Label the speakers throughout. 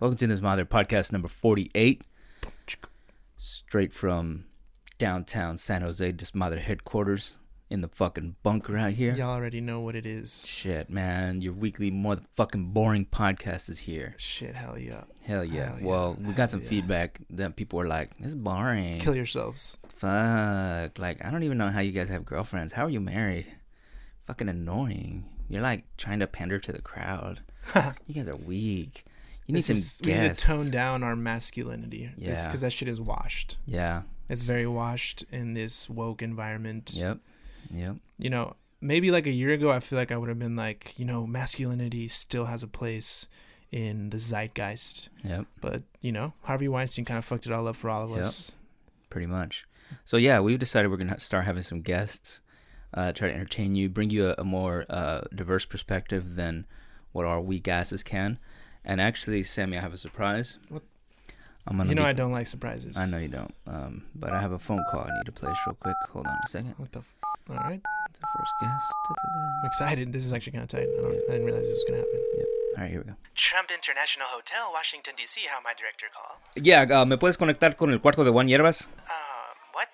Speaker 1: Welcome to This Mother Podcast number 48. Straight from downtown San Jose, This Mother headquarters in the fucking bunker out here.
Speaker 2: Y'all already know what it is.
Speaker 1: Shit, man. Your weekly motherfucking boring podcast is here.
Speaker 2: Shit, hell yeah.
Speaker 1: Hell yeah.
Speaker 2: Hell yeah.
Speaker 1: well, we got
Speaker 2: Hell
Speaker 1: some
Speaker 2: yeah.
Speaker 1: feedback that people were like, this is boring.
Speaker 2: Kill yourselves.
Speaker 1: Fuck. Like, I don't even know how you guys have girlfriends. How are you married? Fucking annoying. You're like trying to pander to the crowd. you guys are weak. You need
Speaker 2: This
Speaker 1: some
Speaker 2: is- we need to
Speaker 1: guests.
Speaker 2: tone down our masculinity.
Speaker 1: Yeah.
Speaker 2: Because that shit is washed.
Speaker 1: Yeah.
Speaker 2: It's very washed in this woke environment.
Speaker 1: Yep. Yep.
Speaker 2: You know, maybe like a year ago, I feel like I would have been like, you know, masculinity still has a place in the zeitgeist.
Speaker 1: Yep.
Speaker 2: But, you know, Harvey Weinstein kind of fucked it all up for all of
Speaker 1: Yep.
Speaker 2: us.
Speaker 1: Pretty much. So yeah, we've decided we're gonna start having some guests. Uh, try to entertain you, bring you a, a more uh, diverse perspective than what our weak asses can. And actually, Sammy, I have a surprise.
Speaker 2: What?
Speaker 1: I'm gonna.
Speaker 2: You know,
Speaker 1: be-
Speaker 2: I don't like surprises.
Speaker 1: I know you don't. Um, but I have a phone call I need to place real quick. Hold on a second.
Speaker 2: What the f- All right.
Speaker 1: It's the first guest. Da-da-da.
Speaker 2: I'm excited. This is actually kind of tight. I, don't, I didn't realize this was going to happen.
Speaker 1: All right, here we go.
Speaker 2: Trump International Hotel, Washington, D.C. How my director call.
Speaker 1: Yeah, uh, me puedes conectar con el cuarto de Juan Hierbas?
Speaker 2: Um, what?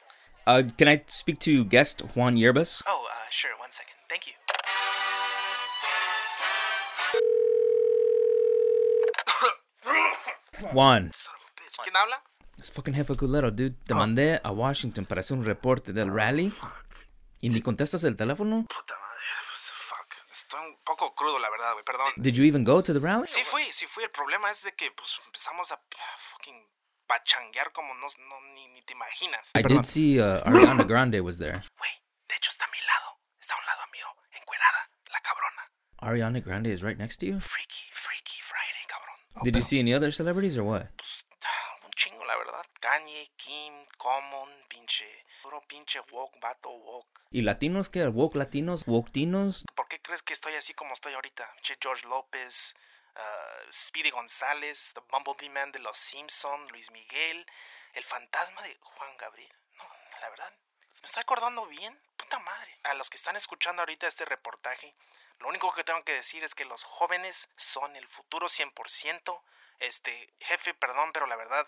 Speaker 1: Uh, can I speak to guest Juan Hierbas?
Speaker 2: Oh, uh, sure. One second. Thank you.
Speaker 1: Juan.
Speaker 2: ¿Quién habla?
Speaker 1: Es fucking jefe culero, dude.
Speaker 2: Ah.
Speaker 1: Te mandé a Washington para hacer un reporte del rally. ¿Y ni contestas el teléfono?
Speaker 3: Puta madre, pues, fuck. Estoy un poco crudo, la verdad, güey, perdón.
Speaker 1: Did you even go to the rally?
Speaker 3: Sí fui, sí fui. El problema es de que, pues, empezamos a p- fucking pachanguear como no, no- ni, ni te imaginas.
Speaker 1: I did see uh, Ariana Grande was there.
Speaker 3: Güey, de hecho está a mi lado. Está a un lado mío, encuerada, la cabrona.
Speaker 1: Ariana Grande is right next to you?
Speaker 3: Freaky, freaky Friday, cabrón. Oh,
Speaker 1: Did you see any other celebrities or what?
Speaker 3: pues, ah, un chingo, la verdad. Kanye, Kim, Common, pinche... Puro pinche woke, vato woke.
Speaker 1: ¿Y latinos qué? ¿Woke latinos? ¿Woke tinos?
Speaker 3: ¿Por qué crees que estoy así como estoy ahorita? Che, George López, ah, Speedy González, The Bumblebee Man de Los Simpson, Luis Miguel, el fantasma de Juan Gabriel. No, la verdad, me estoy acordando bien. Puta madre. A los que están escuchando ahorita este reportaje, lo único que tengo que decir es que los jóvenes son el futuro 100%. Este, jefe, perdón, pero la verdad,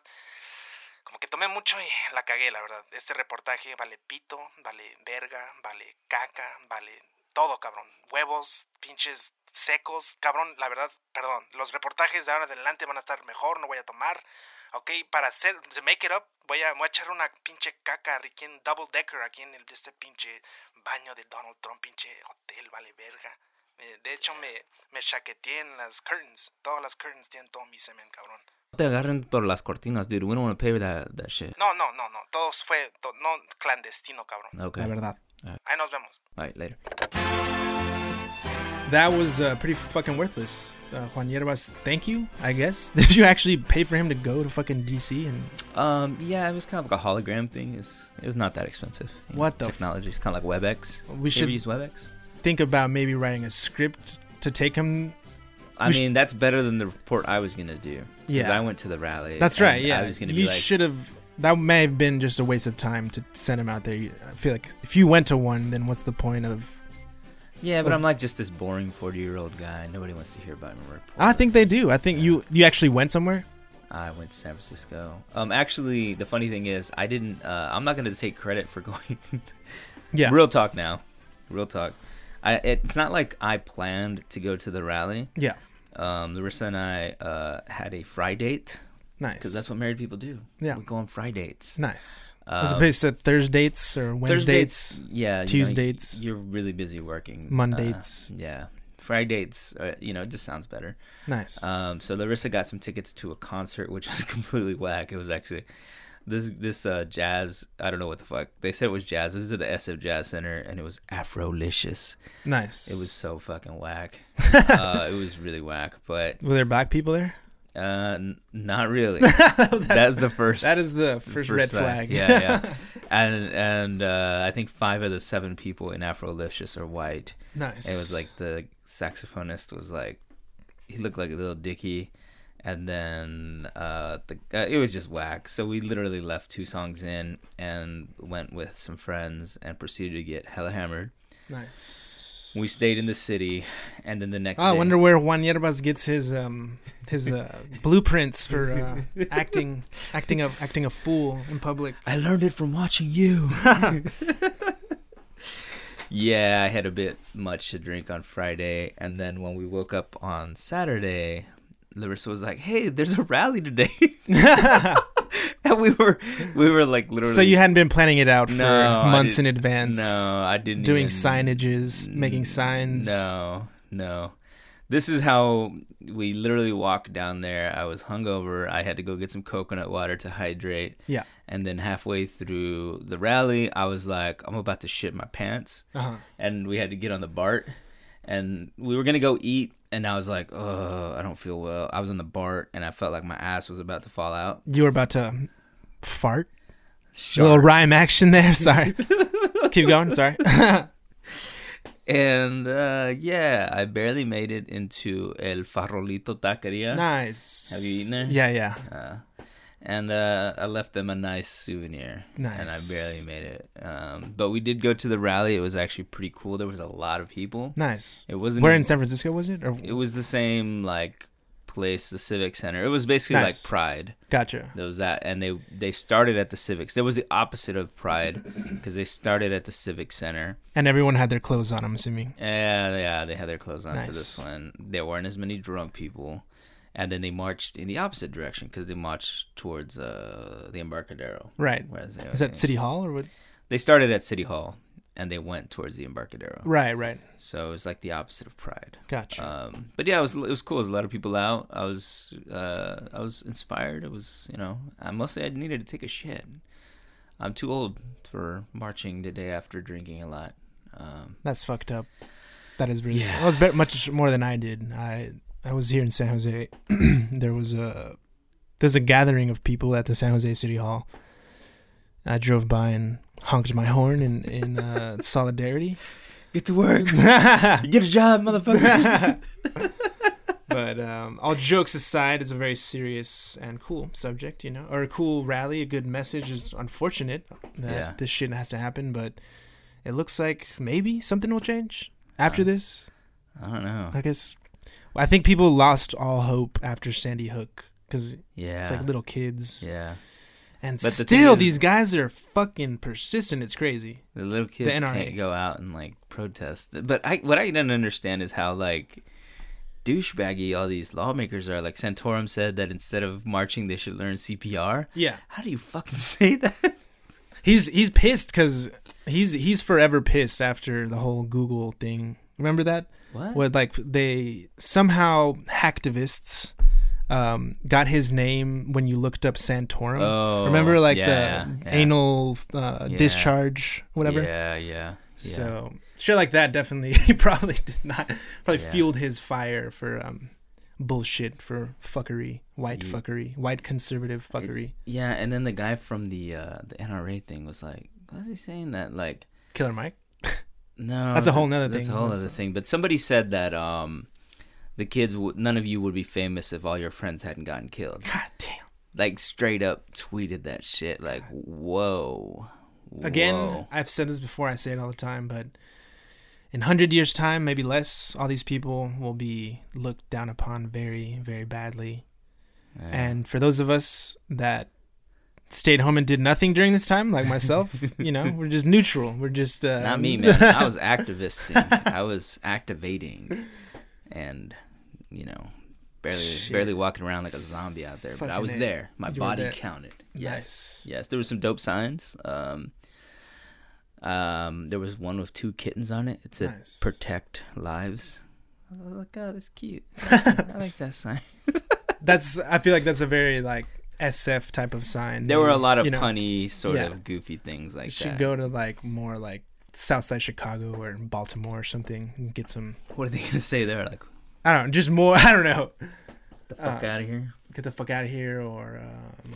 Speaker 3: como que tomé mucho y la cagué, la verdad. Este reportaje vale pito, vale verga, vale caca, vale todo, cabrón. Huevos, pinches secos, cabrón, la verdad, perdón. Los reportajes de ahora en adelante van a estar mejor, no voy a tomar. Ok, para hacer, to make it up, voy a, voy a echar una pinche caca aquí en Double Decker, aquí en el, este pinche baño de Donald Trump, pinche hotel, vale verga. Eh, De hecho, me, me chaqueteé en las curtains. Todas las curtains tienen todo mi semen, cabrón.
Speaker 1: No te agarren por las cortinas, dude. We don't want to pay that, that shit.
Speaker 3: No, no, no, no. Todo fue to- no clandestino, cabrón.
Speaker 1: Okay.
Speaker 2: La verdad.
Speaker 3: Ahí nos vemos.
Speaker 1: All right, later.
Speaker 2: That was uh, pretty fucking worthless. Uh, Juan Yerbas, thank you, I guess. Did you actually pay for him to go to fucking D.C. and
Speaker 1: Um, yeah, it was kind of like a hologram thing. It's, it was not that expensive. You
Speaker 2: What the f-
Speaker 1: technology? It's kind of like WebEx.
Speaker 2: We
Speaker 1: You ever
Speaker 2: should-
Speaker 1: use WebEx.
Speaker 2: think about maybe writing a script to take him?
Speaker 1: I
Speaker 2: We sh-
Speaker 1: mean, that's better than the report I was gonna do. 'Cause
Speaker 2: Yeah.
Speaker 1: I went to the rally.
Speaker 2: That's right,
Speaker 1: and
Speaker 2: yeah.
Speaker 1: I was gonna
Speaker 2: you
Speaker 1: be like,
Speaker 2: should have. That may have been just a waste of time to send him out there. You- I feel like if you went to one, then what's the point of.
Speaker 1: yeah, but I'm like just this boring 40 year old guy. Nobody wants to hear about my report.
Speaker 2: I think they do. I think you you actually went somewhere.
Speaker 1: I went to San Francisco. Um, actually, the funny thing is, I didn't. Uh, I'm not gonna take credit for going.
Speaker 2: Yeah.
Speaker 1: Real talk now. Real talk. I, it's not like I planned to go to the rally.
Speaker 2: Yeah.
Speaker 1: Um, Larissa and I uh, had a fry date
Speaker 2: Nice.
Speaker 1: because that's what married people do.
Speaker 2: Yeah.
Speaker 1: we go on fry dates.
Speaker 2: Nice.
Speaker 1: Um,
Speaker 2: As opposed to Thursdays or Wednesdays.
Speaker 1: Thursdays, yeah, you know,
Speaker 2: Tuesdays.
Speaker 1: you're really busy working. Uh,
Speaker 2: Mondays.
Speaker 1: yeah, fry dates. Uh, you know, it just sounds better.
Speaker 2: Nice.
Speaker 1: Um, so Larissa got some tickets to a concert, which was completely whack. It was actually this this uh, jazz. I don't know what the fuck they said it was jazz. It was at the SF Jazz Center, and it was Afrolicious.
Speaker 2: nice.
Speaker 1: It was so fucking whack. uh, it was really whack, but
Speaker 2: Were there black people there?
Speaker 1: uh, n- not really. that's, the first.
Speaker 2: That is the first, red flag.
Speaker 1: yeah, yeah. And and uh, I think five of the seven people in Afrolicious are white.
Speaker 2: nice.
Speaker 1: It was like the saxophonist was like, he looked like a little dicky, and then uh, the uh, it was just whack. So we literally left two songs in and went with some friends and proceeded to get hella hammered.
Speaker 2: nice.
Speaker 1: We stayed in the city, and then the next.
Speaker 2: Oh, I
Speaker 1: day-
Speaker 2: wonder where Juan Yerbas gets his um his uh, blueprints for uh, acting acting a acting a fool in public.
Speaker 1: I learned it from watching you. yeah, I had a bit much to drink on Friday, and then when we woke up on Saturday, Larissa was like, "Hey, there's a rally today," and we were we were like literally.
Speaker 2: So you hadn't been planning it out for
Speaker 1: No, I
Speaker 2: months in
Speaker 1: didn't-
Speaker 2: advance.
Speaker 1: No, I didn't.
Speaker 2: Doing
Speaker 1: even-
Speaker 2: signages, making signs.
Speaker 1: No, no. This is how we literally walked down there. I was hungover. I had to go get some coconut water to hydrate.
Speaker 2: Yeah.
Speaker 1: And then halfway through the rally, I was like, I'm about to shit my pants.
Speaker 2: Uh-huh.
Speaker 1: And we had to get on the BART. And we were going to go eat. And I was like, oh, I don't feel well. I was on the BART and I felt like my ass was about to fall out.
Speaker 2: You were about to fart.
Speaker 1: Sure.
Speaker 2: little rhyme action there. Sorry. Keep going. Sorry.
Speaker 1: And uh, yeah, I barely made it into El Farolito Taqueria.
Speaker 2: nice.
Speaker 1: Have you eaten there?
Speaker 2: Yeah, yeah.
Speaker 1: Uh, and uh, I left them a nice souvenir. And I
Speaker 2: Nice.
Speaker 1: barely made it. Um, but we did go to the rally. It was actually pretty cool. There was a lot of people.
Speaker 2: Nice.
Speaker 1: It wasn't.
Speaker 2: Where
Speaker 1: as-
Speaker 2: in San Francisco was it? Or
Speaker 1: it was the same like place, the Civic Center. It was basically
Speaker 2: Nice.
Speaker 1: like Pride.
Speaker 2: gotcha.
Speaker 1: There was that, and they they started at the Civics. There was the opposite of Pride because they started at the Civic Center.
Speaker 2: And everyone had their clothes on. I'm assuming.
Speaker 1: Yeah, yeah, they had their clothes on for this
Speaker 2: Nice.
Speaker 1: one. There weren't as many drunk people, and then they marched in the opposite direction because they marched towards uh, the Embarcadero.
Speaker 2: Right.
Speaker 1: Whereas they,
Speaker 2: Is that City Hall or what?
Speaker 1: they started at City Hall and they went towards the Embarcadero.
Speaker 2: Right. Right.
Speaker 1: So it was like the opposite of Pride.
Speaker 2: Gotcha.
Speaker 1: Um, but yeah, it was it was cool. There was a lot of people out. I was uh, I was inspired. It was you know I mostly I needed to take a shit. I'm too old for marching the day after drinking a lot. Um,
Speaker 2: That's fucked up. That is really.
Speaker 1: Yeah.
Speaker 2: That was bet much more than I did. I I was here in San Jose. there was a there's a gathering of people at the San Jose City Hall. I drove by and honked my horn in in uh, solidarity.
Speaker 1: get to work.
Speaker 2: but
Speaker 1: Get a job, motherfuckers.
Speaker 2: um, all jokes aside, it's a very serious and cool subject, you know, or a cool rally, a good message. It's unfortunate that
Speaker 1: Yeah.
Speaker 2: this shit has to happen, but it looks like maybe something will change after this.
Speaker 1: I don't know.
Speaker 2: I guess. I think people lost all hope after Sandy Hook because
Speaker 1: Yeah.
Speaker 2: it's like little kids,
Speaker 1: yeah.
Speaker 2: and
Speaker 1: But the thing
Speaker 2: still
Speaker 1: is-
Speaker 2: these guys are fucking persistent. It's crazy.
Speaker 1: The little kids
Speaker 2: NRA.
Speaker 1: can't go out and like protest. But I what I don't understand is how like douchebaggy all these lawmakers are. Like Santorum said that instead of marching they should learn CPR.
Speaker 2: Yeah,
Speaker 1: How do you fucking say that?
Speaker 2: he's he's pissed because he's he's forever pissed after the whole Google thing. Remember that?
Speaker 1: What?
Speaker 2: Where like they somehow hacktivists um, got his name when you looked up Santorum.
Speaker 1: Oh,
Speaker 2: Remember like
Speaker 1: yeah,
Speaker 2: the
Speaker 1: yeah.
Speaker 2: anal uh,
Speaker 1: Yeah.
Speaker 2: discharge, whatever.
Speaker 1: Yeah, yeah. yeah.
Speaker 2: So shit like that definitely he probably did not probably
Speaker 1: Yeah.
Speaker 2: fueled his fire for um bullshit for fuckery, white
Speaker 1: Ye-
Speaker 2: fuckery, white conservative fuckery.
Speaker 1: Yeah, and then the guy from the uh the NRA thing was like, what was he saying that like
Speaker 2: Killer Mike.
Speaker 1: No,
Speaker 2: That's a
Speaker 1: th-
Speaker 2: whole nother
Speaker 1: That's
Speaker 2: thing.
Speaker 1: a whole
Speaker 2: That's-
Speaker 1: other thing. But somebody said that um, the kids, would none of you would be famous if all your friends hadn't gotten killed.
Speaker 2: God damn.
Speaker 1: Like straight up tweeted that shit. Like, whoa.
Speaker 2: Again,
Speaker 1: whoa.
Speaker 2: I've said this before, I say it all the time, but in 100 years time, maybe less, all these people will be looked down upon very very badly.
Speaker 1: Yeah.
Speaker 2: And for those of us that stayed home and did nothing during this time like myself, you know, we're just neutral. We're just uh,
Speaker 1: not me, man. I was activisting. I was activating, and you know, barely
Speaker 2: Shit.
Speaker 1: barely walking around like a zombie out there. but I
Speaker 2: Fucking
Speaker 1: was
Speaker 2: A.
Speaker 1: there. My
Speaker 2: You were
Speaker 1: body
Speaker 2: there.
Speaker 1: counted.
Speaker 2: Yes.
Speaker 1: Yes, there were some dope signs. Um, um, there was one with two kittens on it. It said
Speaker 2: Nice.
Speaker 1: "Protect Lives." I was like, oh, that's cute. I like that sign.
Speaker 2: That's. I feel like that's a very like SF type of sign.
Speaker 1: There were a lot of
Speaker 2: You know,
Speaker 1: punny, sort
Speaker 2: yeah.
Speaker 1: of goofy things like
Speaker 2: You should
Speaker 1: that.
Speaker 2: go to like more like Southside Chicago or Baltimore or something and get some.
Speaker 1: What are they gonna say? They're like,
Speaker 2: I don't know, just more. I don't know.
Speaker 1: "The fuck
Speaker 2: Uh,
Speaker 1: out of here."
Speaker 2: Get the fuck out of here, or um,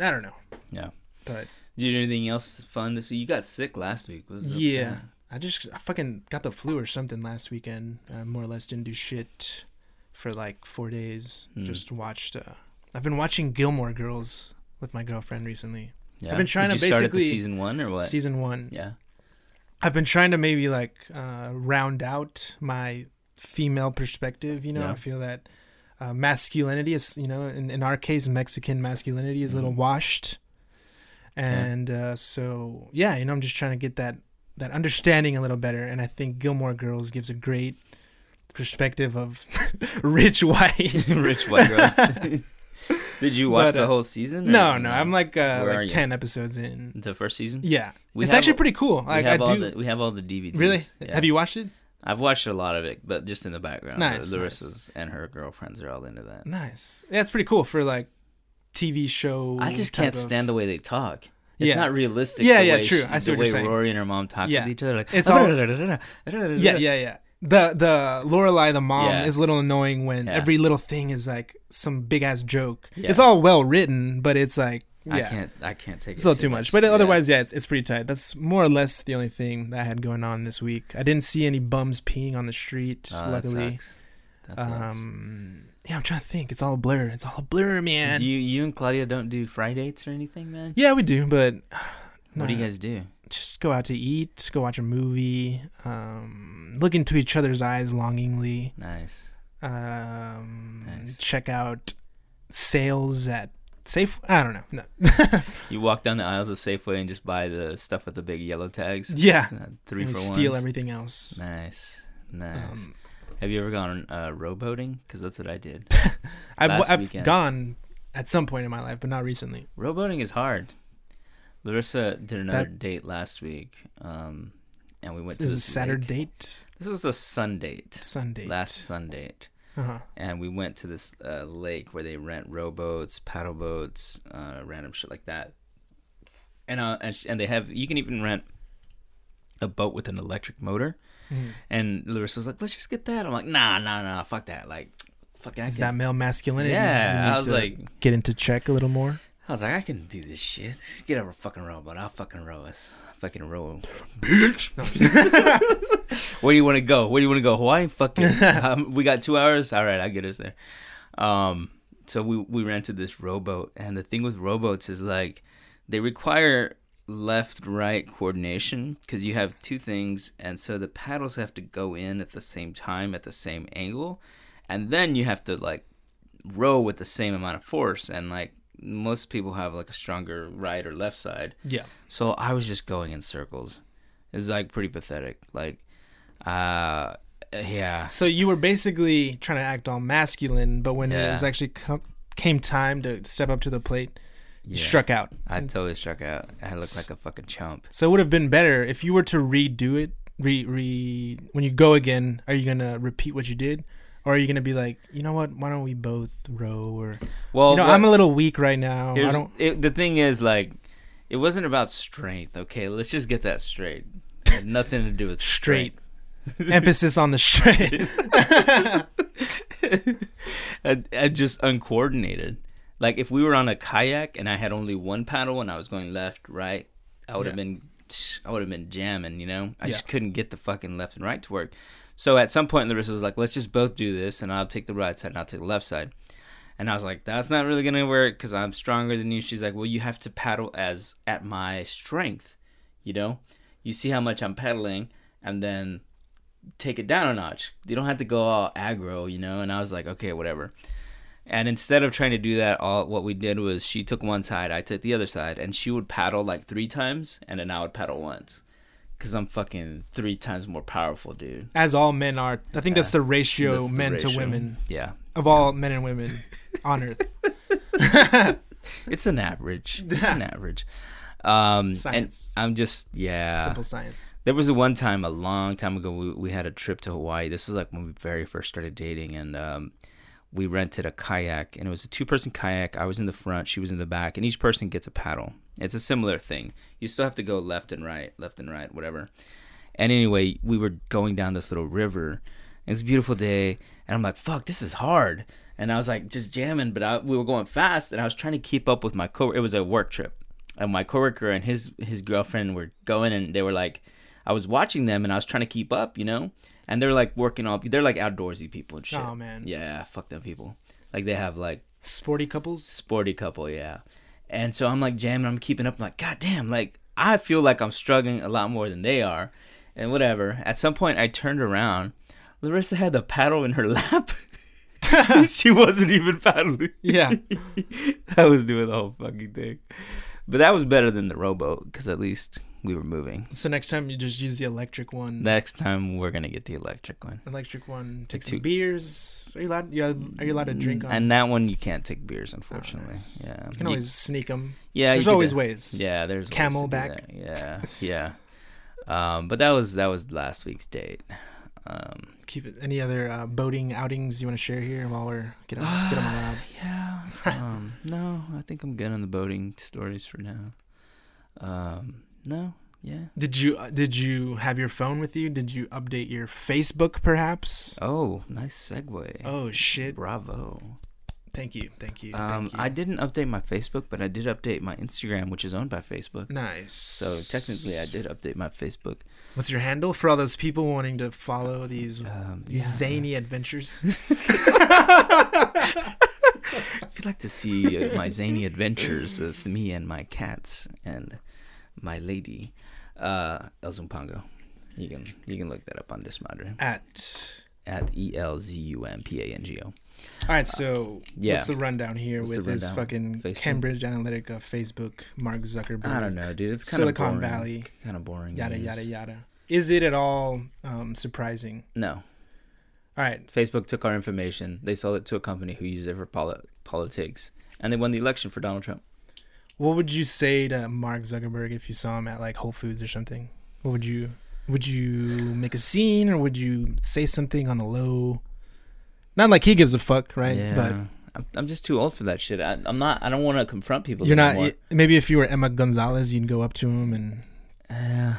Speaker 2: I don't know.
Speaker 1: Yeah.
Speaker 2: But
Speaker 1: Did you do anything else fun this week? You got sick last week. What was up with
Speaker 2: yeah,
Speaker 1: that?
Speaker 2: I just I fucking got the flu or something last weekend. I more or less didn't do shit for like four days.
Speaker 1: Hmm.
Speaker 2: Just watched. Uh, I've been watching Gilmore Girls with my girlfriend recently.
Speaker 1: Yeah.
Speaker 2: been trying
Speaker 1: Did
Speaker 2: to
Speaker 1: you start at the
Speaker 2: basically-
Speaker 1: season one or what?
Speaker 2: Season one.
Speaker 1: yeah.
Speaker 2: I've been trying to maybe like uh, round out my female perspective. You know,
Speaker 1: Yeah.
Speaker 2: I feel that uh, masculinity is, you know, in, in our case, Mexican masculinity is a little
Speaker 1: Mhm.
Speaker 2: washed, and uh, so yeah, you know, I'm just trying to get that that understanding a little better. And I think Gilmore Girls gives a great perspective of rich white.
Speaker 1: Rich white girls. Did you watch
Speaker 2: But, uh,
Speaker 1: the whole season? or
Speaker 2: no, no, I'm like uh,
Speaker 1: Where are
Speaker 2: like
Speaker 1: you?
Speaker 2: ten episodes in.
Speaker 1: the first season.
Speaker 2: Yeah,
Speaker 1: We
Speaker 2: it's
Speaker 1: have
Speaker 2: actually
Speaker 1: a-
Speaker 2: pretty cool.
Speaker 1: We
Speaker 2: Like I
Speaker 1: have all
Speaker 2: do.
Speaker 1: the we have all the DVDs.
Speaker 2: Really?
Speaker 1: Yeah.
Speaker 2: Have you watched it?
Speaker 1: I've watched a lot of it, but just in the background.
Speaker 2: Nice,
Speaker 1: The
Speaker 2: nice.
Speaker 1: Larissa's and her girlfriends are all into that.
Speaker 2: Nice. Yeah, it's pretty cool for like TV show.
Speaker 1: I just
Speaker 2: type
Speaker 1: can't
Speaker 2: of-
Speaker 1: stand the way they talk. It's
Speaker 2: Yeah.
Speaker 1: not realistic.
Speaker 2: Yeah,
Speaker 1: the
Speaker 2: yeah,
Speaker 1: way
Speaker 2: true.
Speaker 1: she-
Speaker 2: I see
Speaker 1: the
Speaker 2: what you're
Speaker 1: way
Speaker 2: saying.
Speaker 1: Rory and her mom talk
Speaker 2: Yeah.
Speaker 1: with each other. Like,
Speaker 2: It's all-
Speaker 1: yeah,
Speaker 2: Yeah, yeah, yeah. The the Lorelai the mom
Speaker 1: Yeah.
Speaker 2: is a little annoying when
Speaker 1: Yeah.
Speaker 2: every little thing is like some big ass joke.
Speaker 1: Yeah.
Speaker 2: It's all well written, but it's like
Speaker 1: I
Speaker 2: yeah,
Speaker 1: can't. I can't take it
Speaker 2: it's a little too much. But
Speaker 1: Yeah.
Speaker 2: otherwise, yeah, it's it's pretty tight. That's more or less the only thing that I had going on this week. I didn't see any bums peeing on the street,
Speaker 1: Oh, that
Speaker 2: luckily.
Speaker 1: sucks. That sucks.
Speaker 2: Um, yeah, I'm trying to think. It's all a blur. It's all a blur, man.
Speaker 1: do you you and Claudia don't do Fridates or anything, man?
Speaker 2: yeah, we do, but
Speaker 1: What do you
Speaker 2: nah.
Speaker 1: guys do?
Speaker 2: just go out to eat, go watch a movie, um, look into each other's eyes longingly,
Speaker 1: Nice.
Speaker 2: um,
Speaker 1: Nice.
Speaker 2: check out sales at Safe. I don't know. No.
Speaker 1: You walk down the aisles of Safeway and just buy the stuff with the big yellow tags.
Speaker 2: Yeah,
Speaker 1: Uh, three
Speaker 2: and we
Speaker 1: for
Speaker 2: steal
Speaker 1: ones.
Speaker 2: everything else.
Speaker 1: Nice, nice.
Speaker 2: Um,
Speaker 1: Have you ever gone uh, rowboating? Because that's what I did.
Speaker 2: I've,
Speaker 1: last
Speaker 2: I've
Speaker 1: weekend.
Speaker 2: gone at some point in my life, but not recently.
Speaker 1: Rowboating is hard. Larissa did another
Speaker 2: That-
Speaker 1: date last week, um, and we went to
Speaker 2: This is a
Speaker 1: this
Speaker 2: Saturday
Speaker 1: lake.
Speaker 2: date,
Speaker 1: This was a sun date,
Speaker 2: Sunday.
Speaker 1: last sun date,
Speaker 2: Uh-huh.
Speaker 1: and we went to this uh, lake where they rent rowboats, paddle boats, uh, random shit like that. And uh, and, sh- and they have you can even rent a boat with an electric motor.
Speaker 2: Mhm.
Speaker 1: And Larissa was like, "Let's just get that." I'm like, "Nah, nah, nah, fuck that!" Like, fucking, I
Speaker 2: Is
Speaker 1: can
Speaker 2: that male masculinity? You
Speaker 1: Yeah,
Speaker 2: need
Speaker 1: I was
Speaker 2: to
Speaker 1: like,
Speaker 2: get into check a little more.
Speaker 1: I was like, I can do this shit. Just get over a fucking rowboat. I'll fucking row us. Fucking row. Bitch. Where do you want to go? Where do you want to go? Hawaii? Fucking. um, we got two hours. All right, I'll get us there. Um, so we we rented this rowboat, and the thing with rowboats is like they require left right coordination because you have two things, and so the paddles have to go in at the same time at the same angle, and then you have to like row with the same amount of force and like most people have like a stronger right or left side
Speaker 2: Yeah.
Speaker 1: so i was just going in circles it's like pretty pathetic like uh yeah
Speaker 2: So you were basically trying to act all masculine, but when it
Speaker 1: Yeah.
Speaker 2: was actually com- came time to step up to the plate, you
Speaker 1: Yeah.
Speaker 2: struck out.
Speaker 1: i totally struck out i looked like a fucking chump
Speaker 2: So it would have been better if you were to redo it. Re re when you go again, are you gonna repeat what you did, or are you gonna be like, you know what? Why don't we both row? Or
Speaker 1: well
Speaker 2: you know,
Speaker 1: what-
Speaker 2: I'm a little weak right now. I
Speaker 1: here's-
Speaker 2: don't.
Speaker 1: it- the thing is like it wasn't about strength okay let's just get that straight It had nothing to do with
Speaker 2: Straight.
Speaker 1: strength.
Speaker 2: emphasis on the straight.
Speaker 1: I, I uh, just uncoordinated. Like if we were on a kayak and I had only one paddle and I was going left, right, I would have
Speaker 2: Yeah.
Speaker 1: been, I would have been jamming. You know, I just
Speaker 2: Yeah.
Speaker 1: couldn't get the fucking left and right to work. So at some point, Larissa was like, "Let's just both do this, and I'll take the right side and I'll take the left side." And I was like, "That's not really gonna work because I'm stronger than you." She's like, "Well, you have to paddle as at my strength, you know. You see how much I'm paddling, and then take it down a notch. You don't have to go all aggro, you know." And I was like, "Okay, whatever." And instead of trying to do that, all what we did was she took one side, I took the other side, and she would paddle like three times, and then I would paddle once, cause I'm fucking three times more powerful, dude.
Speaker 2: As all men are, I think that's the ratio
Speaker 1: That's the
Speaker 2: men to
Speaker 1: ratio.
Speaker 2: women
Speaker 1: Yeah,
Speaker 2: of all men and women on earth.
Speaker 1: it's an average. It's an average. Um,
Speaker 2: Science.
Speaker 1: And I'm just yeah.
Speaker 2: Simple science.
Speaker 1: There was a one time a long time ago we, we had a trip to Hawaii. This was like when we very first started dating, and um, we rented a kayak, and it was a two person kayak. I was in the front, she was in the back, and each person gets a paddle. It's a similar thing. You still have to go left and right, left and right, whatever. And anyway, we were going down this little river. and It's a beautiful day, and I'm like, "Fuck, this is hard." And I was like, just jamming, but I, we were going fast, and I was trying to keep up with my co. It was a work trip, and my coworker and his his girlfriend were going, and they were like, I was watching them and I was trying to keep up, you know. And they're like working all. They're like outdoorsy people and shit.
Speaker 2: Oh, man.
Speaker 1: Yeah, fuck them people. Like they have like
Speaker 2: Sporty couples.
Speaker 1: sporty couple, yeah. And so I'm like jamming, I'm keeping up. I'm like, God damn, like I feel like I'm struggling a lot more than they are, and whatever. At some point, I turned around. Larissa had the paddle in her lap. she wasn't even paddling.
Speaker 2: Yeah.
Speaker 1: I was doing the whole fucking thing. But that was better than the rowboat because at least we were moving.
Speaker 2: So next time you just use the electric one.
Speaker 1: Next time we're gonna get the electric one.
Speaker 2: electric one. Take
Speaker 1: The
Speaker 2: some
Speaker 1: two-
Speaker 2: beers. Are you allowed? Yeah. Are you allowed to drink on?
Speaker 1: Mm, And that one you can't take beers, unfortunately.
Speaker 2: nice.
Speaker 1: Yeah,
Speaker 2: you can always sneak 'em. sneak them.
Speaker 1: yeah, you
Speaker 2: There's
Speaker 1: could
Speaker 2: always
Speaker 1: do-
Speaker 2: ways.
Speaker 1: Yeah, there's ways to
Speaker 2: Camel
Speaker 1: do
Speaker 2: back.
Speaker 1: that. Yeah, yeah. Um, but that was that was last week's date. Um,
Speaker 2: Keep it. Any other uh, boating outings you want to share here while we're get 'em get 'em allowed?
Speaker 1: yeah. Um, no, I think I'm good on the boating stories for now. Um, no, yeah.
Speaker 2: Did you uh, did you have your phone with you? Did you update your Facebook perhaps?
Speaker 1: Oh, nice segue.
Speaker 2: Oh shit!
Speaker 1: Bravo.
Speaker 2: Thank you, thank you,
Speaker 1: Um,
Speaker 2: thank you.
Speaker 1: I didn't update my Facebook, but I did update my Instagram, which is owned by Facebook.
Speaker 2: nice.
Speaker 1: So technically, I did update my Facebook.
Speaker 2: What's your handle for all those people wanting to follow these
Speaker 1: Um,
Speaker 2: these
Speaker 1: yeah.
Speaker 2: zany adventures?
Speaker 1: If you'd like to see uh, my zany adventures with me and my cats and my lady, uh, El Zumpango, you can you can look that up on Dismadre
Speaker 2: At
Speaker 1: at E L Z U M P A N G O.
Speaker 2: all right, so
Speaker 1: yeah.
Speaker 2: what's the rundown here
Speaker 1: What's
Speaker 2: with
Speaker 1: the
Speaker 2: this
Speaker 1: rundown?
Speaker 2: fucking
Speaker 1: Facebook?
Speaker 2: Cambridge Analytica, Facebook, Mark Zuckerberg,
Speaker 1: I don't know, dude. It's kind
Speaker 2: Silicon
Speaker 1: of boring,
Speaker 2: Valley,
Speaker 1: Kind of boring.
Speaker 2: yada
Speaker 1: news.
Speaker 2: yada yada? Is it at all um, surprising?
Speaker 1: No,
Speaker 2: All right,
Speaker 1: Facebook took our information. They sold it to a company who used it for poli- politics, and they won the election for Donald Trump.
Speaker 2: what would you say to Mark Zuckerberg if you saw him at like Whole Foods or something? What would you would you make a scene or would you say something on the low? Not like he gives a fuck, right?
Speaker 1: Yeah. I'm, I'm just too old for that shit. I, I'm not. I don't want to confront people.
Speaker 2: But you're not.
Speaker 1: anymore.
Speaker 2: y- Maybe if you were Emma Gonzalez, you'd go up to him and
Speaker 1: Uh,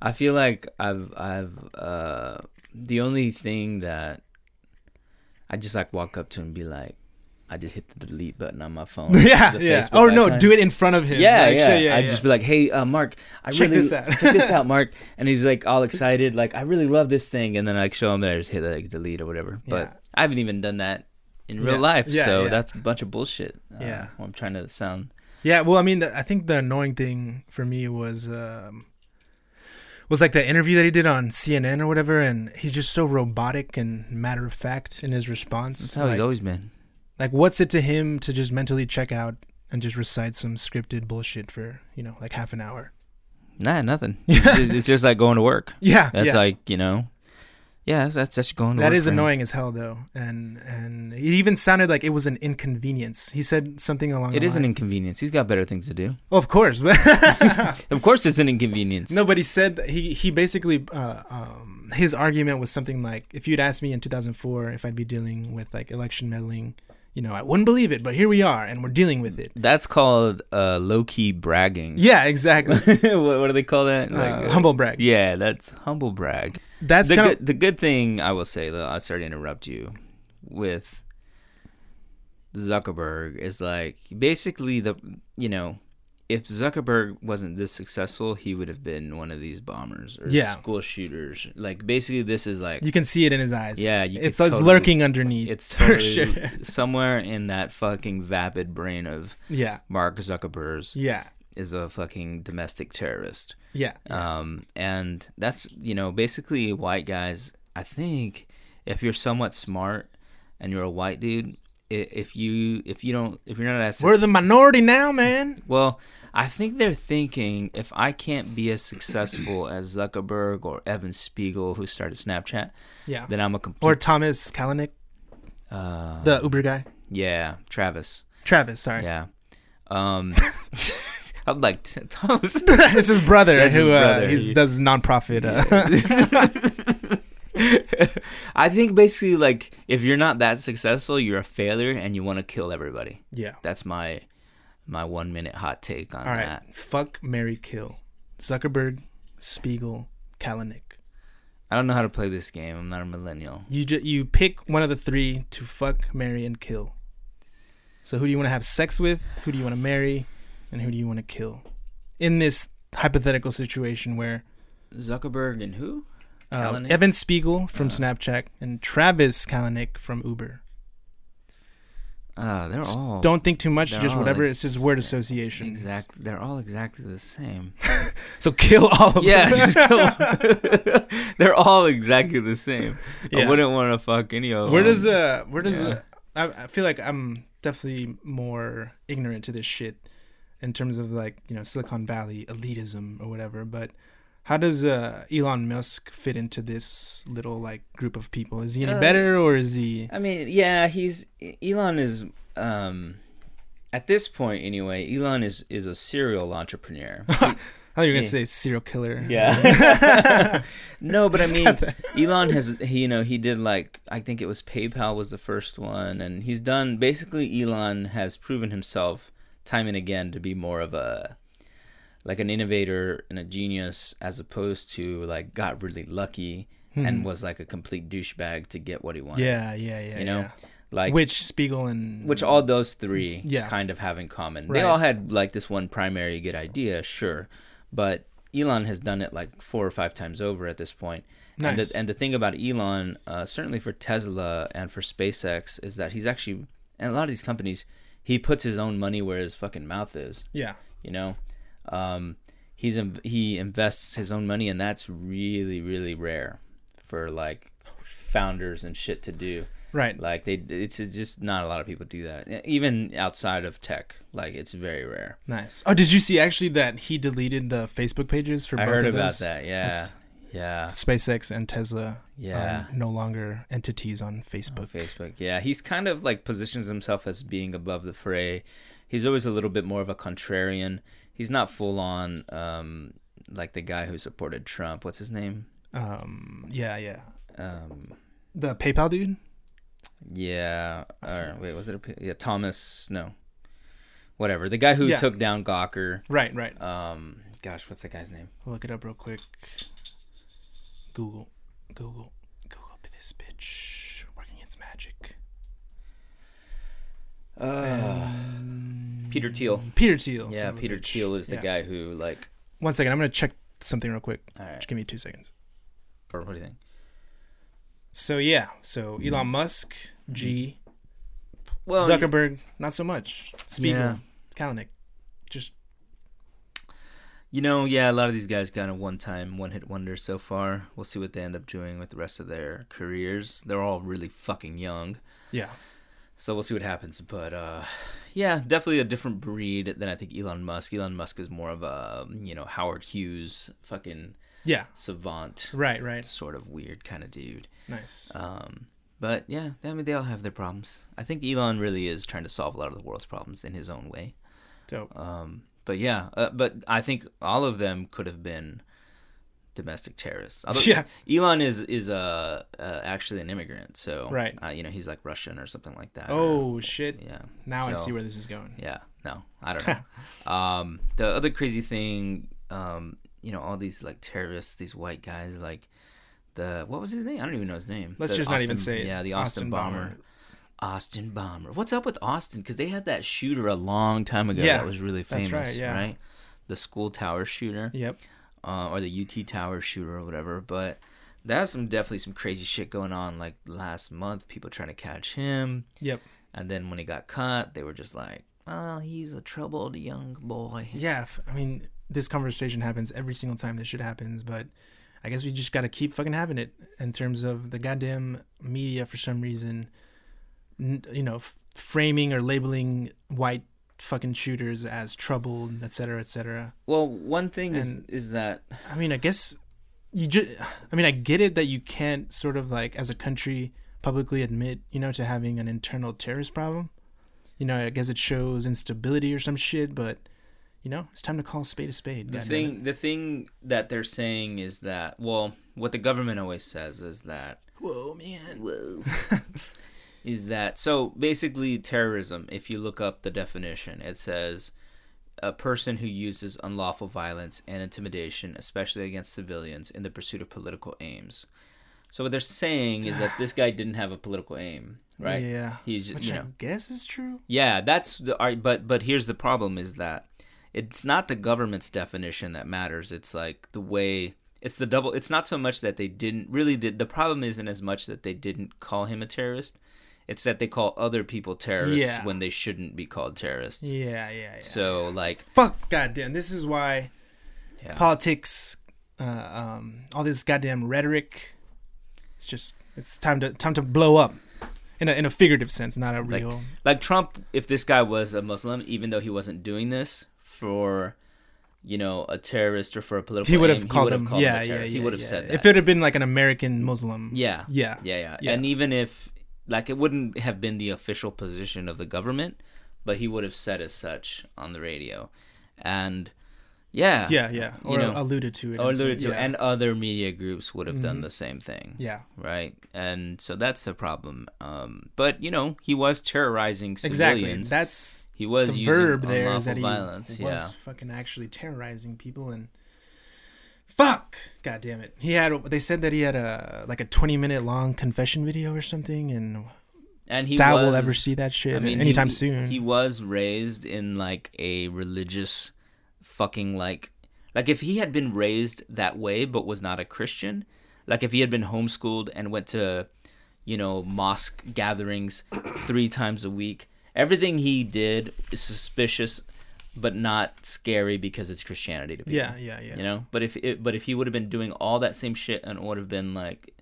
Speaker 1: I feel like I've I've uh the only thing that I just like walk up to and be like, I just hit the delete button on my phone.
Speaker 2: yeah,
Speaker 1: the
Speaker 2: yeah.
Speaker 1: Facebook
Speaker 2: Oh no,
Speaker 1: icon.
Speaker 2: do it in front of him.
Speaker 1: Yeah,
Speaker 2: Like,
Speaker 1: yeah.
Speaker 2: shit,
Speaker 1: I'd just be like, "Hey, uh, Mark, I
Speaker 2: Check
Speaker 1: really
Speaker 2: this out."
Speaker 1: check this out, Mark." And he's like all excited, like, "I really love this thing," and then I like, show him that I just hit like delete or whatever.
Speaker 2: Yeah.
Speaker 1: But I haven't even done that in real
Speaker 2: Yeah.
Speaker 1: life,
Speaker 2: Yeah,
Speaker 1: so
Speaker 2: yeah.
Speaker 1: that's a bunch of bullshit. Uh,
Speaker 2: Yeah.
Speaker 1: I'm trying to sound.
Speaker 2: Yeah, well, I mean, the, I think the annoying thing for me was um, was like the interview that he did on CNN or whatever, and he's just so robotic and matter of fact in his
Speaker 1: That's
Speaker 2: response.
Speaker 1: how
Speaker 2: Like,
Speaker 1: he's always been.
Speaker 2: like, what's it to him to just mentally check out and just recite some scripted bullshit for you know like half an hour?
Speaker 1: Nah, nothing. It's just- it's just like going to work.
Speaker 2: Yeah,
Speaker 1: That's
Speaker 2: yeah.
Speaker 1: like you know, yeah, that's that's just going. To
Speaker 2: that
Speaker 1: work
Speaker 2: is
Speaker 1: for him.
Speaker 2: annoying as hell though, and and it even sounded like it was an inconvenience. He said something along.
Speaker 1: It
Speaker 2: the
Speaker 1: is an
Speaker 2: line-
Speaker 1: inconvenience. He's got better things to do.
Speaker 2: Oh, of course, but
Speaker 1: Of course, it's an inconvenience.
Speaker 2: No, but he said he he basically uh, um, his argument was something like, if you'd asked me in 2004 if I'd be dealing with like election meddling, you know, I wouldn't believe it, but here we are and we're dealing with it.
Speaker 1: that's called uh, low key bragging.
Speaker 2: Yeah, exactly.
Speaker 1: what, what do they call that?
Speaker 2: uh,
Speaker 1: uh,
Speaker 2: humble brag.
Speaker 1: Yeah, that's humble brag.
Speaker 2: That's
Speaker 1: the
Speaker 2: kind
Speaker 1: good, the good thing I will say though, I'm sorry to interrupt you, with Zuckerberg is like basically the you know. If Zuckerberg wasn't this successful, he would have been one of these bombers or
Speaker 2: Yeah.
Speaker 1: school shooters. Like basically, this is like
Speaker 2: of you can see it in his eyes.
Speaker 1: Yeah, you
Speaker 2: it's
Speaker 1: could
Speaker 2: it's
Speaker 1: totally-
Speaker 2: lurking underneath.
Speaker 1: It's
Speaker 2: for
Speaker 1: totally
Speaker 2: sure.
Speaker 1: somewhere in that fucking vapid brain of
Speaker 2: Yeah,
Speaker 1: Mark Zuckerberg
Speaker 2: yeah,
Speaker 1: is a fucking domestic terrorist.
Speaker 2: yeah.
Speaker 1: Um, and that's you know basically white guys. I think if you're somewhat smart and you're a white dude, i- if you if you don't if you're not as
Speaker 2: we're the minority now, man.
Speaker 1: well, I think they're thinking if I can't be as successful as Zuckerberg or Evan Spiegel, who started Snapchat,
Speaker 2: Yeah.
Speaker 1: then I'm a complete
Speaker 2: Or Thomas Kalanick,
Speaker 1: uh,
Speaker 2: the Uber guy.
Speaker 1: yeah Travis.
Speaker 2: Travis, sorry.
Speaker 1: Yeah. Um, I'm like "T- Thomas.
Speaker 2: it's his brother
Speaker 1: That's his
Speaker 2: who
Speaker 1: brother.
Speaker 2: Uh, he's, does nonprofit. Uh,
Speaker 1: I think basically like if you're not that successful, you're a failure and you want to kill everybody.
Speaker 2: yeah.
Speaker 1: That's my my one minute hot take on
Speaker 2: All right.
Speaker 1: that.
Speaker 2: Fuck Mary Kill. Zuckerberg, Spiegel, Kalanick.
Speaker 1: I don't know how to play this game. I'm not a millennial.
Speaker 2: You ju- you pick one of the three to fuck, marry, and kill. So who do you want to have sex with? Who do you want to marry? And who do you want to kill? In this hypothetical situation where
Speaker 1: Zuckerberg and who?
Speaker 2: uh,
Speaker 1: Kalanick? Uh.
Speaker 2: Evan Spiegel from Snapchat and Travis Kalanick from Uber.
Speaker 1: Uh, they're all
Speaker 2: Don't think too much,
Speaker 1: they're
Speaker 2: just
Speaker 1: all
Speaker 2: whatever.
Speaker 1: ex-
Speaker 2: It's just word association.
Speaker 1: exact. They're all exactly the same.
Speaker 2: So kill all of
Speaker 1: yeah,
Speaker 2: them.
Speaker 1: just kill. they're all exactly the same.
Speaker 2: Yeah.
Speaker 1: I wouldn't want to fuck any of
Speaker 2: Where does
Speaker 1: them.
Speaker 2: uh where does
Speaker 1: Um, Yeah.
Speaker 2: uh, I, I feel like I'm definitely more ignorant to this shit in terms of like, you know, Silicon Valley elitism or whatever, but how does uh Elon Musk fit into this little like group of people? Is he any
Speaker 1: Uh,
Speaker 2: better or is he
Speaker 1: I mean, yeah, he's Elon is um at this point anyway. Elon is is a serial entrepreneur.
Speaker 2: I thought you were going to
Speaker 1: yeah.
Speaker 2: say serial killer.
Speaker 1: Yeah. no, but I
Speaker 2: Just
Speaker 1: mean,
Speaker 2: got that.
Speaker 1: Elon has he, you know he did like I think it was PayPal was the first one, and he's done basically. Elon has proven himself time and again to be more of a like an innovator and a genius as opposed to like got really lucky and was like a complete douchebag to get what he wanted.
Speaker 2: Hmm. Yeah, yeah, yeah.
Speaker 1: you know,
Speaker 2: yeah.
Speaker 1: like
Speaker 2: Which Spiegel and
Speaker 1: which all those three
Speaker 2: Yeah.
Speaker 1: kind of have in common.
Speaker 2: Right.
Speaker 1: They all had like this one primary good idea, sure, but Elon has done it like four or five times over at this point. And,
Speaker 2: Nice.
Speaker 1: the, and the thing about Elon, uh, certainly for Tesla and for SpaceX, is that he's actually, and a lot of these companies, he puts his own money where his fucking mouth is.
Speaker 2: Yeah.
Speaker 1: You know, um, he's in, he invests his own money, and that's really really rare for like
Speaker 2: Oh,
Speaker 1: founders and shit to do.
Speaker 2: Right.
Speaker 1: Like they, it's, it's just not a lot of people do that. E, Even outside of tech, like it's very rare.
Speaker 2: Nice. Oh, did you see actually that he deleted the Facebook pages for
Speaker 1: I
Speaker 2: both
Speaker 1: heard
Speaker 2: of
Speaker 1: about
Speaker 2: those?
Speaker 1: that. Yeah, yeah,
Speaker 2: SpaceX and Tesla
Speaker 1: Yeah.
Speaker 2: are no longer entities on Facebook.
Speaker 1: Facebook. Yeah, he's kind of like positions himself as being above the fray. He's always a little bit more of a contrarian. He's not full on um, like the guy who supported Trump. What's his name?
Speaker 2: Um, yeah, yeah.
Speaker 1: Um,
Speaker 2: The PayPal dude?
Speaker 1: yeah. Or, wait, was it? A, yeah, Thomas. No, whatever. The guy who
Speaker 2: Yeah.
Speaker 1: took down Gawker.
Speaker 2: Right, right.
Speaker 1: Um, gosh, what's the guy's name?
Speaker 2: I'll look it up real quick. Google. Google. Google this bitch. Working its magic.
Speaker 1: Uh, Peter Thiel.
Speaker 2: Mm, Peter Thiel.
Speaker 1: Yeah,
Speaker 2: son of a
Speaker 1: Peter
Speaker 2: bitch.
Speaker 1: Thiel is the
Speaker 2: Yeah.
Speaker 1: guy who like.
Speaker 2: One second. I'm going to check something real quick.
Speaker 1: All right.
Speaker 2: Just give me two seconds.
Speaker 1: Or what do you think?
Speaker 2: So, yeah. So,
Speaker 1: Mm-hmm.
Speaker 2: Elon Musk, G.
Speaker 1: Well,
Speaker 2: Zuckerberg, not so much. Spiegel,
Speaker 1: Oh, Yeah.
Speaker 2: Kalanick. Just,
Speaker 1: You know, yeah, a lot of these guys got a one-time, one-hit wonder so far. We'll see what they end up doing with the rest of their careers. They're all really fucking young,
Speaker 2: yeah.
Speaker 1: so we'll see what happens. But uh, yeah, definitely a different breed than I think Elon Musk. Elon Musk is more of a um, you know Howard Hughes, fucking
Speaker 2: Yeah.
Speaker 1: savant,
Speaker 2: Right, right.
Speaker 1: sort of weird kind of dude.
Speaker 2: Nice.
Speaker 1: Um, but yeah, I mean, they all have their problems. I think Elon really is trying to solve a lot of the world's problems in his own way.
Speaker 2: Dope.
Speaker 1: Um, but yeah, uh, but I think all of them could have been domestic terrorists. Although
Speaker 2: Yeah.
Speaker 1: Elon is is uh, uh actually an immigrant, so
Speaker 2: Right.
Speaker 1: uh, you know, he's like Russian or something like that. or-
Speaker 2: Oh, shit.
Speaker 1: yeah.
Speaker 2: Now I
Speaker 1: So-
Speaker 2: see where this is going.
Speaker 1: Yeah, no, I don't know. um, the other crazy thing, um, you know, all these like terrorists, these white guys, like the what was his name? I don't even know his name.
Speaker 2: Let's
Speaker 1: The
Speaker 2: just not even
Speaker 1: Austin-
Speaker 2: say it.
Speaker 1: Yeah, the Austin,
Speaker 2: Austin
Speaker 1: bomber.
Speaker 2: Bomber.
Speaker 1: Austin bomber. What's up with Austin? Because they had that shooter a long time ago.
Speaker 2: Yeah,
Speaker 1: that was really
Speaker 2: that's
Speaker 1: famous,
Speaker 2: right, yeah.
Speaker 1: right? The school tower shooter
Speaker 2: Yep.
Speaker 1: uh, or the UT Tower shooter or whatever. But that's some definitely some crazy shit going on. Like last month, people trying to catch him,
Speaker 2: Yep.
Speaker 1: and then when he got caught, they were just like, "Oh, he's a troubled young boy."
Speaker 2: Yeah. f- I mean, this conversation happens every single time this shit happens, but I guess we just got to keep fucking having it in terms of the goddamn media for some reason, n- you know, f- framing or labeling white fucking shooters as troubled, et cetera, et cetera.
Speaker 1: Well, one thing is
Speaker 2: And-
Speaker 1: is that
Speaker 2: I mean, I guess you just, I mean, I get it that you can't sort of like, as a country, publicly admit, you know, to having an internal terrorist problem. You know, I guess it shows instability or some shit, but, you know, it's time to call a spade a spade.
Speaker 1: the
Speaker 2: goddammit.
Speaker 1: thing the thing that they're saying is that well, what the government always says is that
Speaker 2: Whoa, man.
Speaker 1: Whoa. is that so basically terrorism if you look up the definition it says a person who uses unlawful violence and intimidation especially against civilians in the pursuit of political aims so what they're saying is that this guy didn't have a political aim right
Speaker 2: Yeah.
Speaker 1: he's
Speaker 2: Which
Speaker 1: you
Speaker 2: I
Speaker 1: know
Speaker 2: guess is true.
Speaker 1: yeah that's the all right, but but here's the problem is that it's not the government's definition that matters it's like the way it's the double it's not so much that they didn't really the, the problem isn't as much that they didn't call him a terrorist It's that they call other people terrorists
Speaker 2: Yeah.
Speaker 1: when they shouldn't be called terrorists.
Speaker 2: Yeah, yeah, yeah.
Speaker 1: So like,
Speaker 2: fuck, goddamn. This is why
Speaker 1: yeah.
Speaker 2: politics, uh, um, all this goddamn rhetoric. It's just it's time to time to blow up, in a in a figurative sense, not a
Speaker 1: Like-
Speaker 2: real.
Speaker 1: like Trump, if this guy was a Muslim, even though he wasn't doing this for, you know, a terrorist or for a political,
Speaker 2: he would
Speaker 1: aim,
Speaker 2: have called
Speaker 1: would've
Speaker 2: him.
Speaker 1: him a
Speaker 2: Yeah, yeah, yeah.
Speaker 1: terrorist. He would have
Speaker 2: yeah.
Speaker 1: said that.
Speaker 2: If it had been like an American Muslim.
Speaker 1: yeah,
Speaker 2: Yeah.
Speaker 1: yeah, yeah,
Speaker 2: Yeah.
Speaker 1: And even if like it wouldn't have been the official position of the government, but he would have said as such on the radio, and yeah,
Speaker 2: Yeah, yeah. Or
Speaker 1: you know,
Speaker 2: alluded to it.
Speaker 1: or
Speaker 2: in some-
Speaker 1: alluded to,
Speaker 2: yeah. Mm-hmm.
Speaker 1: and other media groups would have done the same thing.
Speaker 2: yeah.
Speaker 1: Right, and so that's the problem. Um, but you know, he was terrorizing
Speaker 2: Exactly.
Speaker 1: civilians.
Speaker 2: That's
Speaker 1: he was
Speaker 2: the
Speaker 1: using
Speaker 2: verb there
Speaker 1: unlawful
Speaker 2: is that he
Speaker 1: violence.
Speaker 2: was
Speaker 1: yeah,
Speaker 2: fucking actually terrorizing people and fuck god damn it he had they said that he had a like a 20 minute long confession video or something and
Speaker 1: and he
Speaker 2: Dad
Speaker 1: was,
Speaker 2: will ever see that shit
Speaker 1: I mean,
Speaker 2: anytime
Speaker 1: he,
Speaker 2: soon
Speaker 1: He was raised in like a religious, fucking like, like if he had been raised that way but was not a Christian, like if he had been homeschooled and went to, you know, mosque gatherings three times a week, everything he did is suspicious, but not scary because it's Christianity to people.
Speaker 2: yeah yeah yeah
Speaker 1: You know, but if it, but if he would have been doing all that same shit and would have been like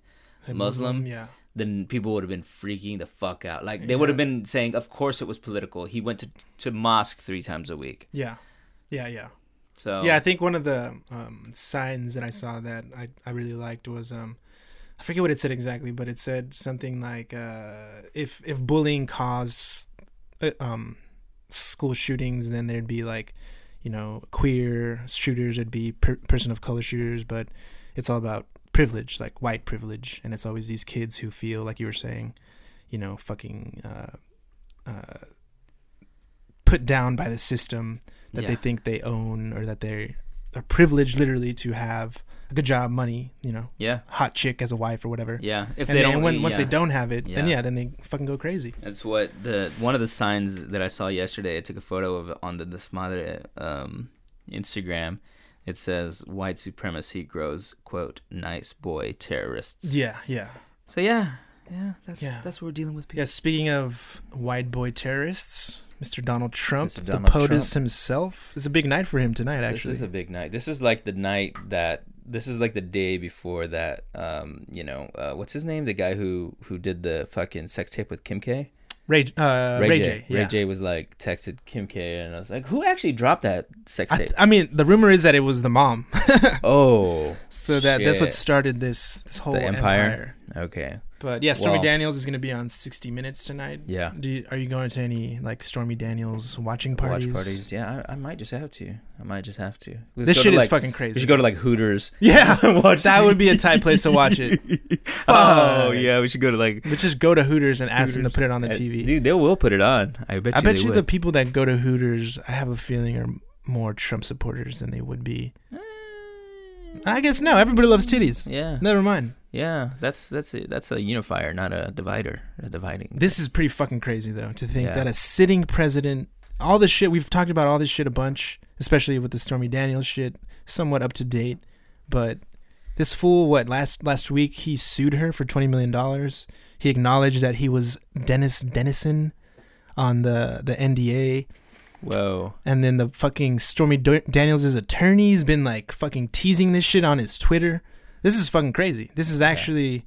Speaker 2: A
Speaker 1: Muslim,
Speaker 2: yeah
Speaker 1: then people would have been freaking the fuck out. Like they would have been saying, "Of course it was political. He went to to mosque three times a week."
Speaker 2: yeah yeah yeah
Speaker 1: So
Speaker 2: yeah i think one of the um, signs that i saw that I, I really liked was um i forget what it said exactly but it said something like uh if if bullying caused uh, um school shootings then there'd be like you know queer shooters it'd be per- person of color shooters but it's all about privilege like white privilege and it's always these kids who feel like you were saying you know fucking uh uh put down by the system that they
Speaker 1: Yeah.
Speaker 2: think they own or that they are privileged literally to have a good job, money, you know,
Speaker 1: yeah,
Speaker 2: hot chick as a wife or whatever.
Speaker 1: yeah. If
Speaker 2: and
Speaker 1: they
Speaker 2: then
Speaker 1: don't,
Speaker 2: when,
Speaker 1: yeah.
Speaker 2: once they don't have it, then
Speaker 1: Yeah.
Speaker 2: yeah, then they fucking go crazy.
Speaker 1: That's what the one of the signs that I saw yesterday. I took a photo of on the Desmadre um, Instagram. It says white supremacy grows quote nice boy terrorists.
Speaker 2: Yeah, yeah.
Speaker 1: So yeah, yeah, that's
Speaker 2: Yeah.
Speaker 1: that's what we're dealing with. People.
Speaker 2: Yeah, speaking of white boy terrorists, Mr. Donald Trump,
Speaker 1: Mr.
Speaker 2: the
Speaker 1: Donald
Speaker 2: POTUS
Speaker 1: Trump.
Speaker 2: himself. It's a big night for him tonight, actually.
Speaker 1: This is a big night. This is like the night that this is like the day before that. Um, you know, uh, what's his name? The guy who who did the fucking sex tape with Kim K.
Speaker 2: Ray, uh, Ray, J. yeah.
Speaker 1: Ray J was like texted Kim K, and I was like, who actually dropped that sex
Speaker 2: I,
Speaker 1: tape?
Speaker 2: th- I mean, the rumor is that it was the mom,
Speaker 1: oh,
Speaker 2: so that that's what
Speaker 1: Shit.
Speaker 2: started this this whole
Speaker 1: The
Speaker 2: empire.
Speaker 1: empire? okay,
Speaker 2: But yeah, Stormy
Speaker 1: Wow.
Speaker 2: Daniels is going to be on 60 Minutes tonight.
Speaker 1: yeah.
Speaker 2: Do you, are you going to any like Stormy Daniels watching parties?
Speaker 1: Watch parties. Yeah, I, I might just have to. I might just have to. Let's
Speaker 2: This
Speaker 1: go
Speaker 2: shit
Speaker 1: to,
Speaker 2: is
Speaker 1: like-
Speaker 2: fucking
Speaker 1: We
Speaker 2: crazy.
Speaker 1: should go to like Hooters.
Speaker 2: yeah,
Speaker 1: Watch-
Speaker 2: that would be a tight place to watch it.
Speaker 1: oh
Speaker 2: Fuck.
Speaker 1: yeah, we should go to like.
Speaker 2: But just go to Hooters and ask them to
Speaker 1: Hooters.
Speaker 2: put it on the
Speaker 1: Uh,
Speaker 2: TV.
Speaker 1: Dude, they will put it on. I bet
Speaker 2: I
Speaker 1: you.
Speaker 2: bet
Speaker 1: they
Speaker 2: you
Speaker 1: would.
Speaker 2: the people that go to Hooters, I have a feeling, are more Trump supporters than they would be.
Speaker 1: Uh,
Speaker 2: I guess no. Everybody loves titties.
Speaker 1: Yeah,
Speaker 2: Never mind.
Speaker 1: yeah. That's that's it. That's a unifier, not a divider. A dividing.
Speaker 2: This is pretty fucking crazy though to think
Speaker 1: Yeah.
Speaker 2: that a sitting president, all this shit we've talked about all this shit a bunch, especially with the Stormy Daniels shit, somewhat up to date, but this fool what last last week he sued her for 20 million dollars. He acknowledged that he was Dennis Dennison on the the NDA
Speaker 1: Whoa.
Speaker 2: and then the fucking Stormy D- Daniels' attorney's been like fucking teasing this shit on his Twitter. This is fucking crazy. This is actually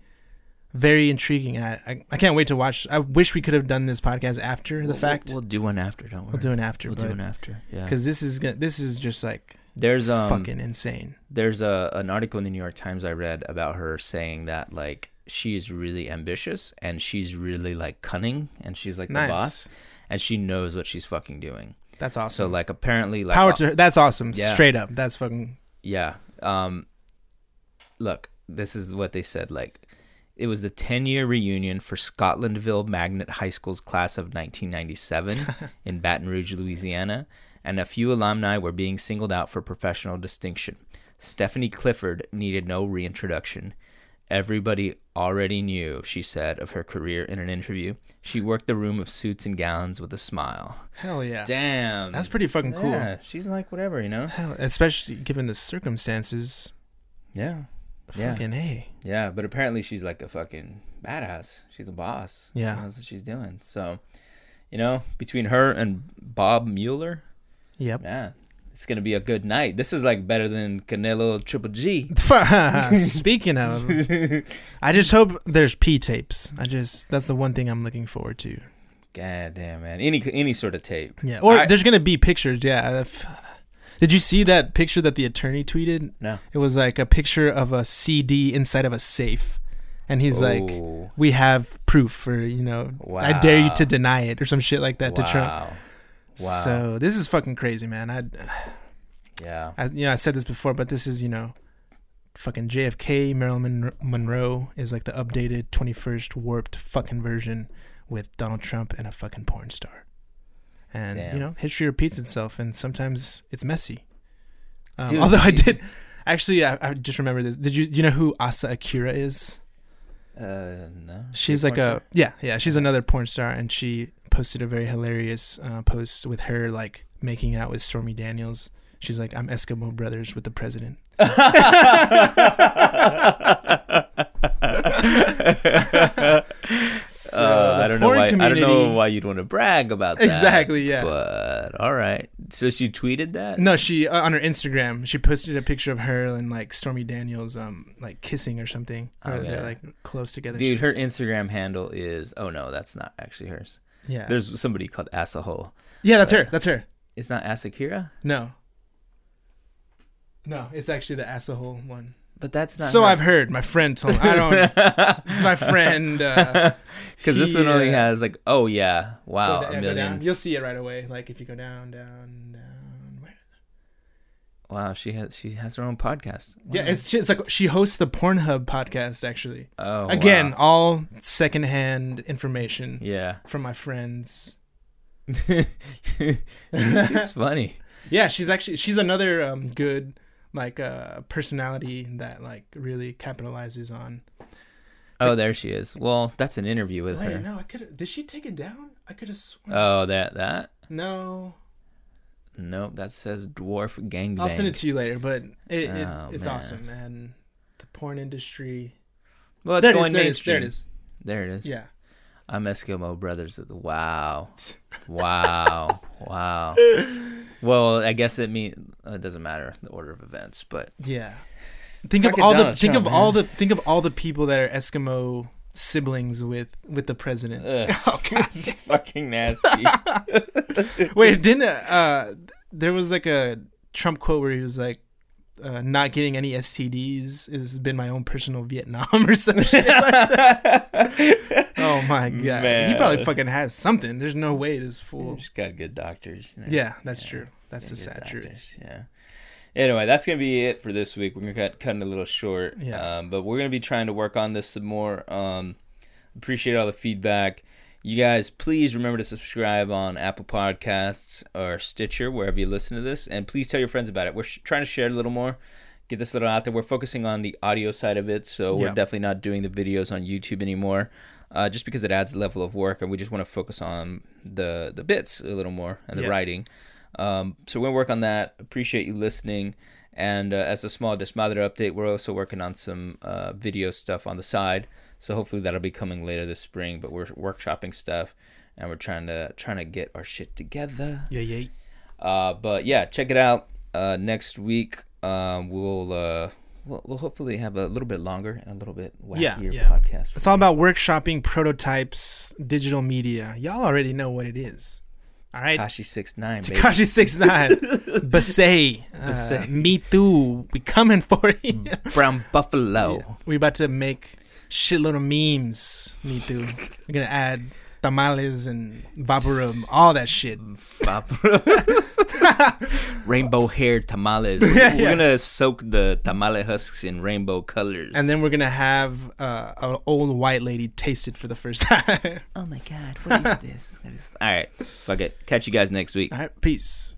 Speaker 2: very intriguing. And I, I I can't wait to watch. I wish we could have done this podcast after the
Speaker 1: We'll-
Speaker 2: fact.
Speaker 1: we'll,
Speaker 2: We'll,
Speaker 1: we'll do one after. Don't worry.
Speaker 2: do it after,
Speaker 1: We'll do one after. Yeah.
Speaker 2: because this is gonna, this is just like
Speaker 1: There's um.
Speaker 2: fucking insane.
Speaker 1: There's a an article in the New York Times I read about her saying that like she is really ambitious and she's really like cunning and she's like
Speaker 2: Nice.
Speaker 1: the boss and she knows what she's fucking doing.
Speaker 2: That's awesome.
Speaker 1: So like apparently like
Speaker 2: Power
Speaker 1: uh,
Speaker 2: to her. That's awesome.
Speaker 1: Yeah.
Speaker 2: Straight up. That's fucking.
Speaker 1: Yeah. Um look, this is what they said like it was the 10-year reunion for Scotlandville Magnet High School's class of 1997 in Baton Rouge, Louisiana, and a few alumni were being singled out for professional distinction. Stephanie Clifford needed no reintroduction. Everybody already knew, she said of her career in an interview. She worked the room of suits and gowns with a smile.
Speaker 2: Hell yeah.
Speaker 1: Damn.
Speaker 2: That's pretty fucking cool.
Speaker 1: Yeah, she's like whatever, you know.
Speaker 2: Hell, especially given the circumstances.
Speaker 1: Yeah. Yeah.
Speaker 2: Fucking hey.
Speaker 1: Yeah, but apparently she's like a fucking badass. She's a boss.
Speaker 2: Yeah.
Speaker 1: She knows what she's doing. So, you know, between her and Bob Mueller,
Speaker 2: Yep.
Speaker 1: yeah, it's gonna be a good night. This is like better than Canelo Triple G.
Speaker 2: Speaking of, I just hope there's P tapes. I just that's the one thing I'm looking forward to.
Speaker 1: God damn man. Any any sort of tape.
Speaker 2: Yeah. Or
Speaker 1: I-
Speaker 2: there's gonna be pictures. Yeah. If- did you see that picture that the attorney tweeted?
Speaker 1: No.
Speaker 2: It was like a picture of a CD inside of a safe, and he's like,
Speaker 1: Oh,
Speaker 2: "We have proof for you know. I dare you to
Speaker 1: Wow.
Speaker 2: deny it or some shit like that to Trump."
Speaker 1: wow. Wow.
Speaker 2: So this is fucking crazy, man. I
Speaker 1: yeah.
Speaker 2: I, you know, I said this before, but this is, you know, fucking JFK, Marilyn Mon- Monroe is like the updated 21st warped fucking version with Donald Trump and a fucking porn star. And,
Speaker 1: Damn.
Speaker 2: you know, history repeats itself and sometimes it's messy. Um,
Speaker 1: Dude,
Speaker 2: although I
Speaker 1: you-
Speaker 2: did, actually, I, I just remember this. Did you, you know who Asa Akira is?
Speaker 1: Uh no.
Speaker 2: She's like a yeah, yeah. She's another porn star, and she posted a very hilarious uh, post with her like making out with Stormy Daniels. She's like, "I'm Eskimo brothers with the president." So
Speaker 1: Uh,
Speaker 2: the
Speaker 1: I don't know
Speaker 2: porn
Speaker 1: why. I don't know
Speaker 2: community-
Speaker 1: why you'd want to brag about that.
Speaker 2: Exactly, yeah.
Speaker 1: But all right. So she tweeted that.
Speaker 2: No, she uh, on her Instagram, she posted a picture of her and like Stormy Daniels, um, like kissing or something, or
Speaker 1: Oh, yeah.
Speaker 2: they're like close together.
Speaker 1: Dude,
Speaker 2: She's-
Speaker 1: her Instagram handle is. Oh no, that's not actually hers.
Speaker 2: yeah,
Speaker 1: There's somebody called Asahole.
Speaker 2: yeah, that's her. That's her.
Speaker 1: It's not Asakira,
Speaker 2: No, no, it's actually the asshole one.
Speaker 1: but that's not.
Speaker 2: So I've heard. My friend told. I don't. it's my friend. Uh,
Speaker 1: because this one
Speaker 2: he,
Speaker 1: only
Speaker 2: uh,
Speaker 1: has like. Oh yeah, wow,
Speaker 2: Go
Speaker 1: a
Speaker 2: da- go down.
Speaker 1: million.
Speaker 2: You'll see it right away. Like if you go down, down, down. Where?
Speaker 1: Wow, she has she has her own podcast.
Speaker 2: Yeah, it's she- it's like she hosts the Pornhub podcast actually.
Speaker 1: Oh
Speaker 2: Again,
Speaker 1: wow.
Speaker 2: all secondhand information
Speaker 1: Yeah,
Speaker 2: from my friends.
Speaker 1: she's funny.
Speaker 2: Yeah, she's actually she's another um, good like uh, personality that like really capitalizes on.
Speaker 1: Oh, there she is. Well, that's an interview with
Speaker 2: Wait,
Speaker 1: her.
Speaker 2: no, I could. Did she take it down? I could have sworn.
Speaker 1: Oh, that that.
Speaker 2: no,
Speaker 1: Nope, that says dwarf gangbang.
Speaker 2: I'll send it to you later. But it, it
Speaker 1: Oh,
Speaker 2: it's
Speaker 1: man.
Speaker 2: awesome, and the porn industry.
Speaker 1: Well, it's
Speaker 2: There it,
Speaker 1: going
Speaker 2: is, there it is.
Speaker 1: mainstream.
Speaker 2: There it is.
Speaker 1: There it is.
Speaker 2: Yeah.
Speaker 1: I'm Eskimo Brothers. With the, wow, wow, wow. Well, I guess it mean uh, it doesn't matter the order of events, but
Speaker 2: Yeah. Think of
Speaker 1: Fucking
Speaker 2: all the
Speaker 1: Donald
Speaker 2: think
Speaker 1: Trump,
Speaker 2: of all the think of all the people that are Eskimo siblings with with the president.
Speaker 1: ugh,
Speaker 2: Oh god.
Speaker 1: it's fucking nasty.
Speaker 2: Wait, didn't uh there was like a Trump quote where he was like uh, not getting any STDs has been my own personal Vietnam or some shit. Oh my god, he probably
Speaker 1: Man.
Speaker 2: fucking has something. There's no way this fool.
Speaker 1: Just got good doctors. you know.
Speaker 2: Yeah, that's
Speaker 1: Yeah.
Speaker 2: true. That's the
Speaker 1: Maybe
Speaker 2: sad truth.
Speaker 1: doctors, Yeah. Anyway, that's gonna be it for this week. We're gonna cut cutting a little short.
Speaker 2: Yeah.
Speaker 1: Um, but we're gonna be trying to work on this some more. Um, appreciate all the feedback. You guys, please remember to subscribe on Apple Podcasts or Stitcher, wherever you listen to this, and please tell your friends about it. We're sh- trying to share a little more, get this little out there. We're focusing on the audio side of it, so we're
Speaker 2: Yeah.
Speaker 1: definitely not doing the videos on YouTube anymore, uh, just because it adds a level of work, and we just want to focus on the the bits a little more and the
Speaker 2: Yeah.
Speaker 1: writing. Um, so we're gonna work on that. Appreciate you listening. And uh, as a small Desmadre update, we're also working on some uh, video stuff on the side. So hopefully that'll be coming later this spring. But we're workshopping stuff, and we're trying to trying to get our shit together.
Speaker 2: Yeah, yeah.
Speaker 1: Uh, but yeah, check it out. Uh, next week um, we'll, uh, we'll we'll hopefully have a little bit longer and a little bit wackier
Speaker 2: Yeah, yeah.
Speaker 1: podcast.
Speaker 2: It's
Speaker 1: for
Speaker 2: all
Speaker 1: you.
Speaker 2: about workshopping prototypes, digital media. Y'all already know what it is. All right.
Speaker 1: Kashi six nine.
Speaker 2: Takashi six nine, Basay, uh,
Speaker 1: Basay. Hmm.
Speaker 2: Me Too, we coming for you.
Speaker 1: Brown buffalo.
Speaker 2: We about to make shitload of memes. Me Too. We're gonna add tamales and vaporum, all that shit.
Speaker 1: rainbow hair tamales.
Speaker 2: Yeah,
Speaker 1: We're
Speaker 2: yeah.
Speaker 1: gonna soak the tamale husks in rainbow colors.
Speaker 2: And then we're gonna have uh, an old white lady taste it for the first time.
Speaker 1: oh my god, what is this? All right, fuck it. Catch you guys next week.
Speaker 2: all right, peace.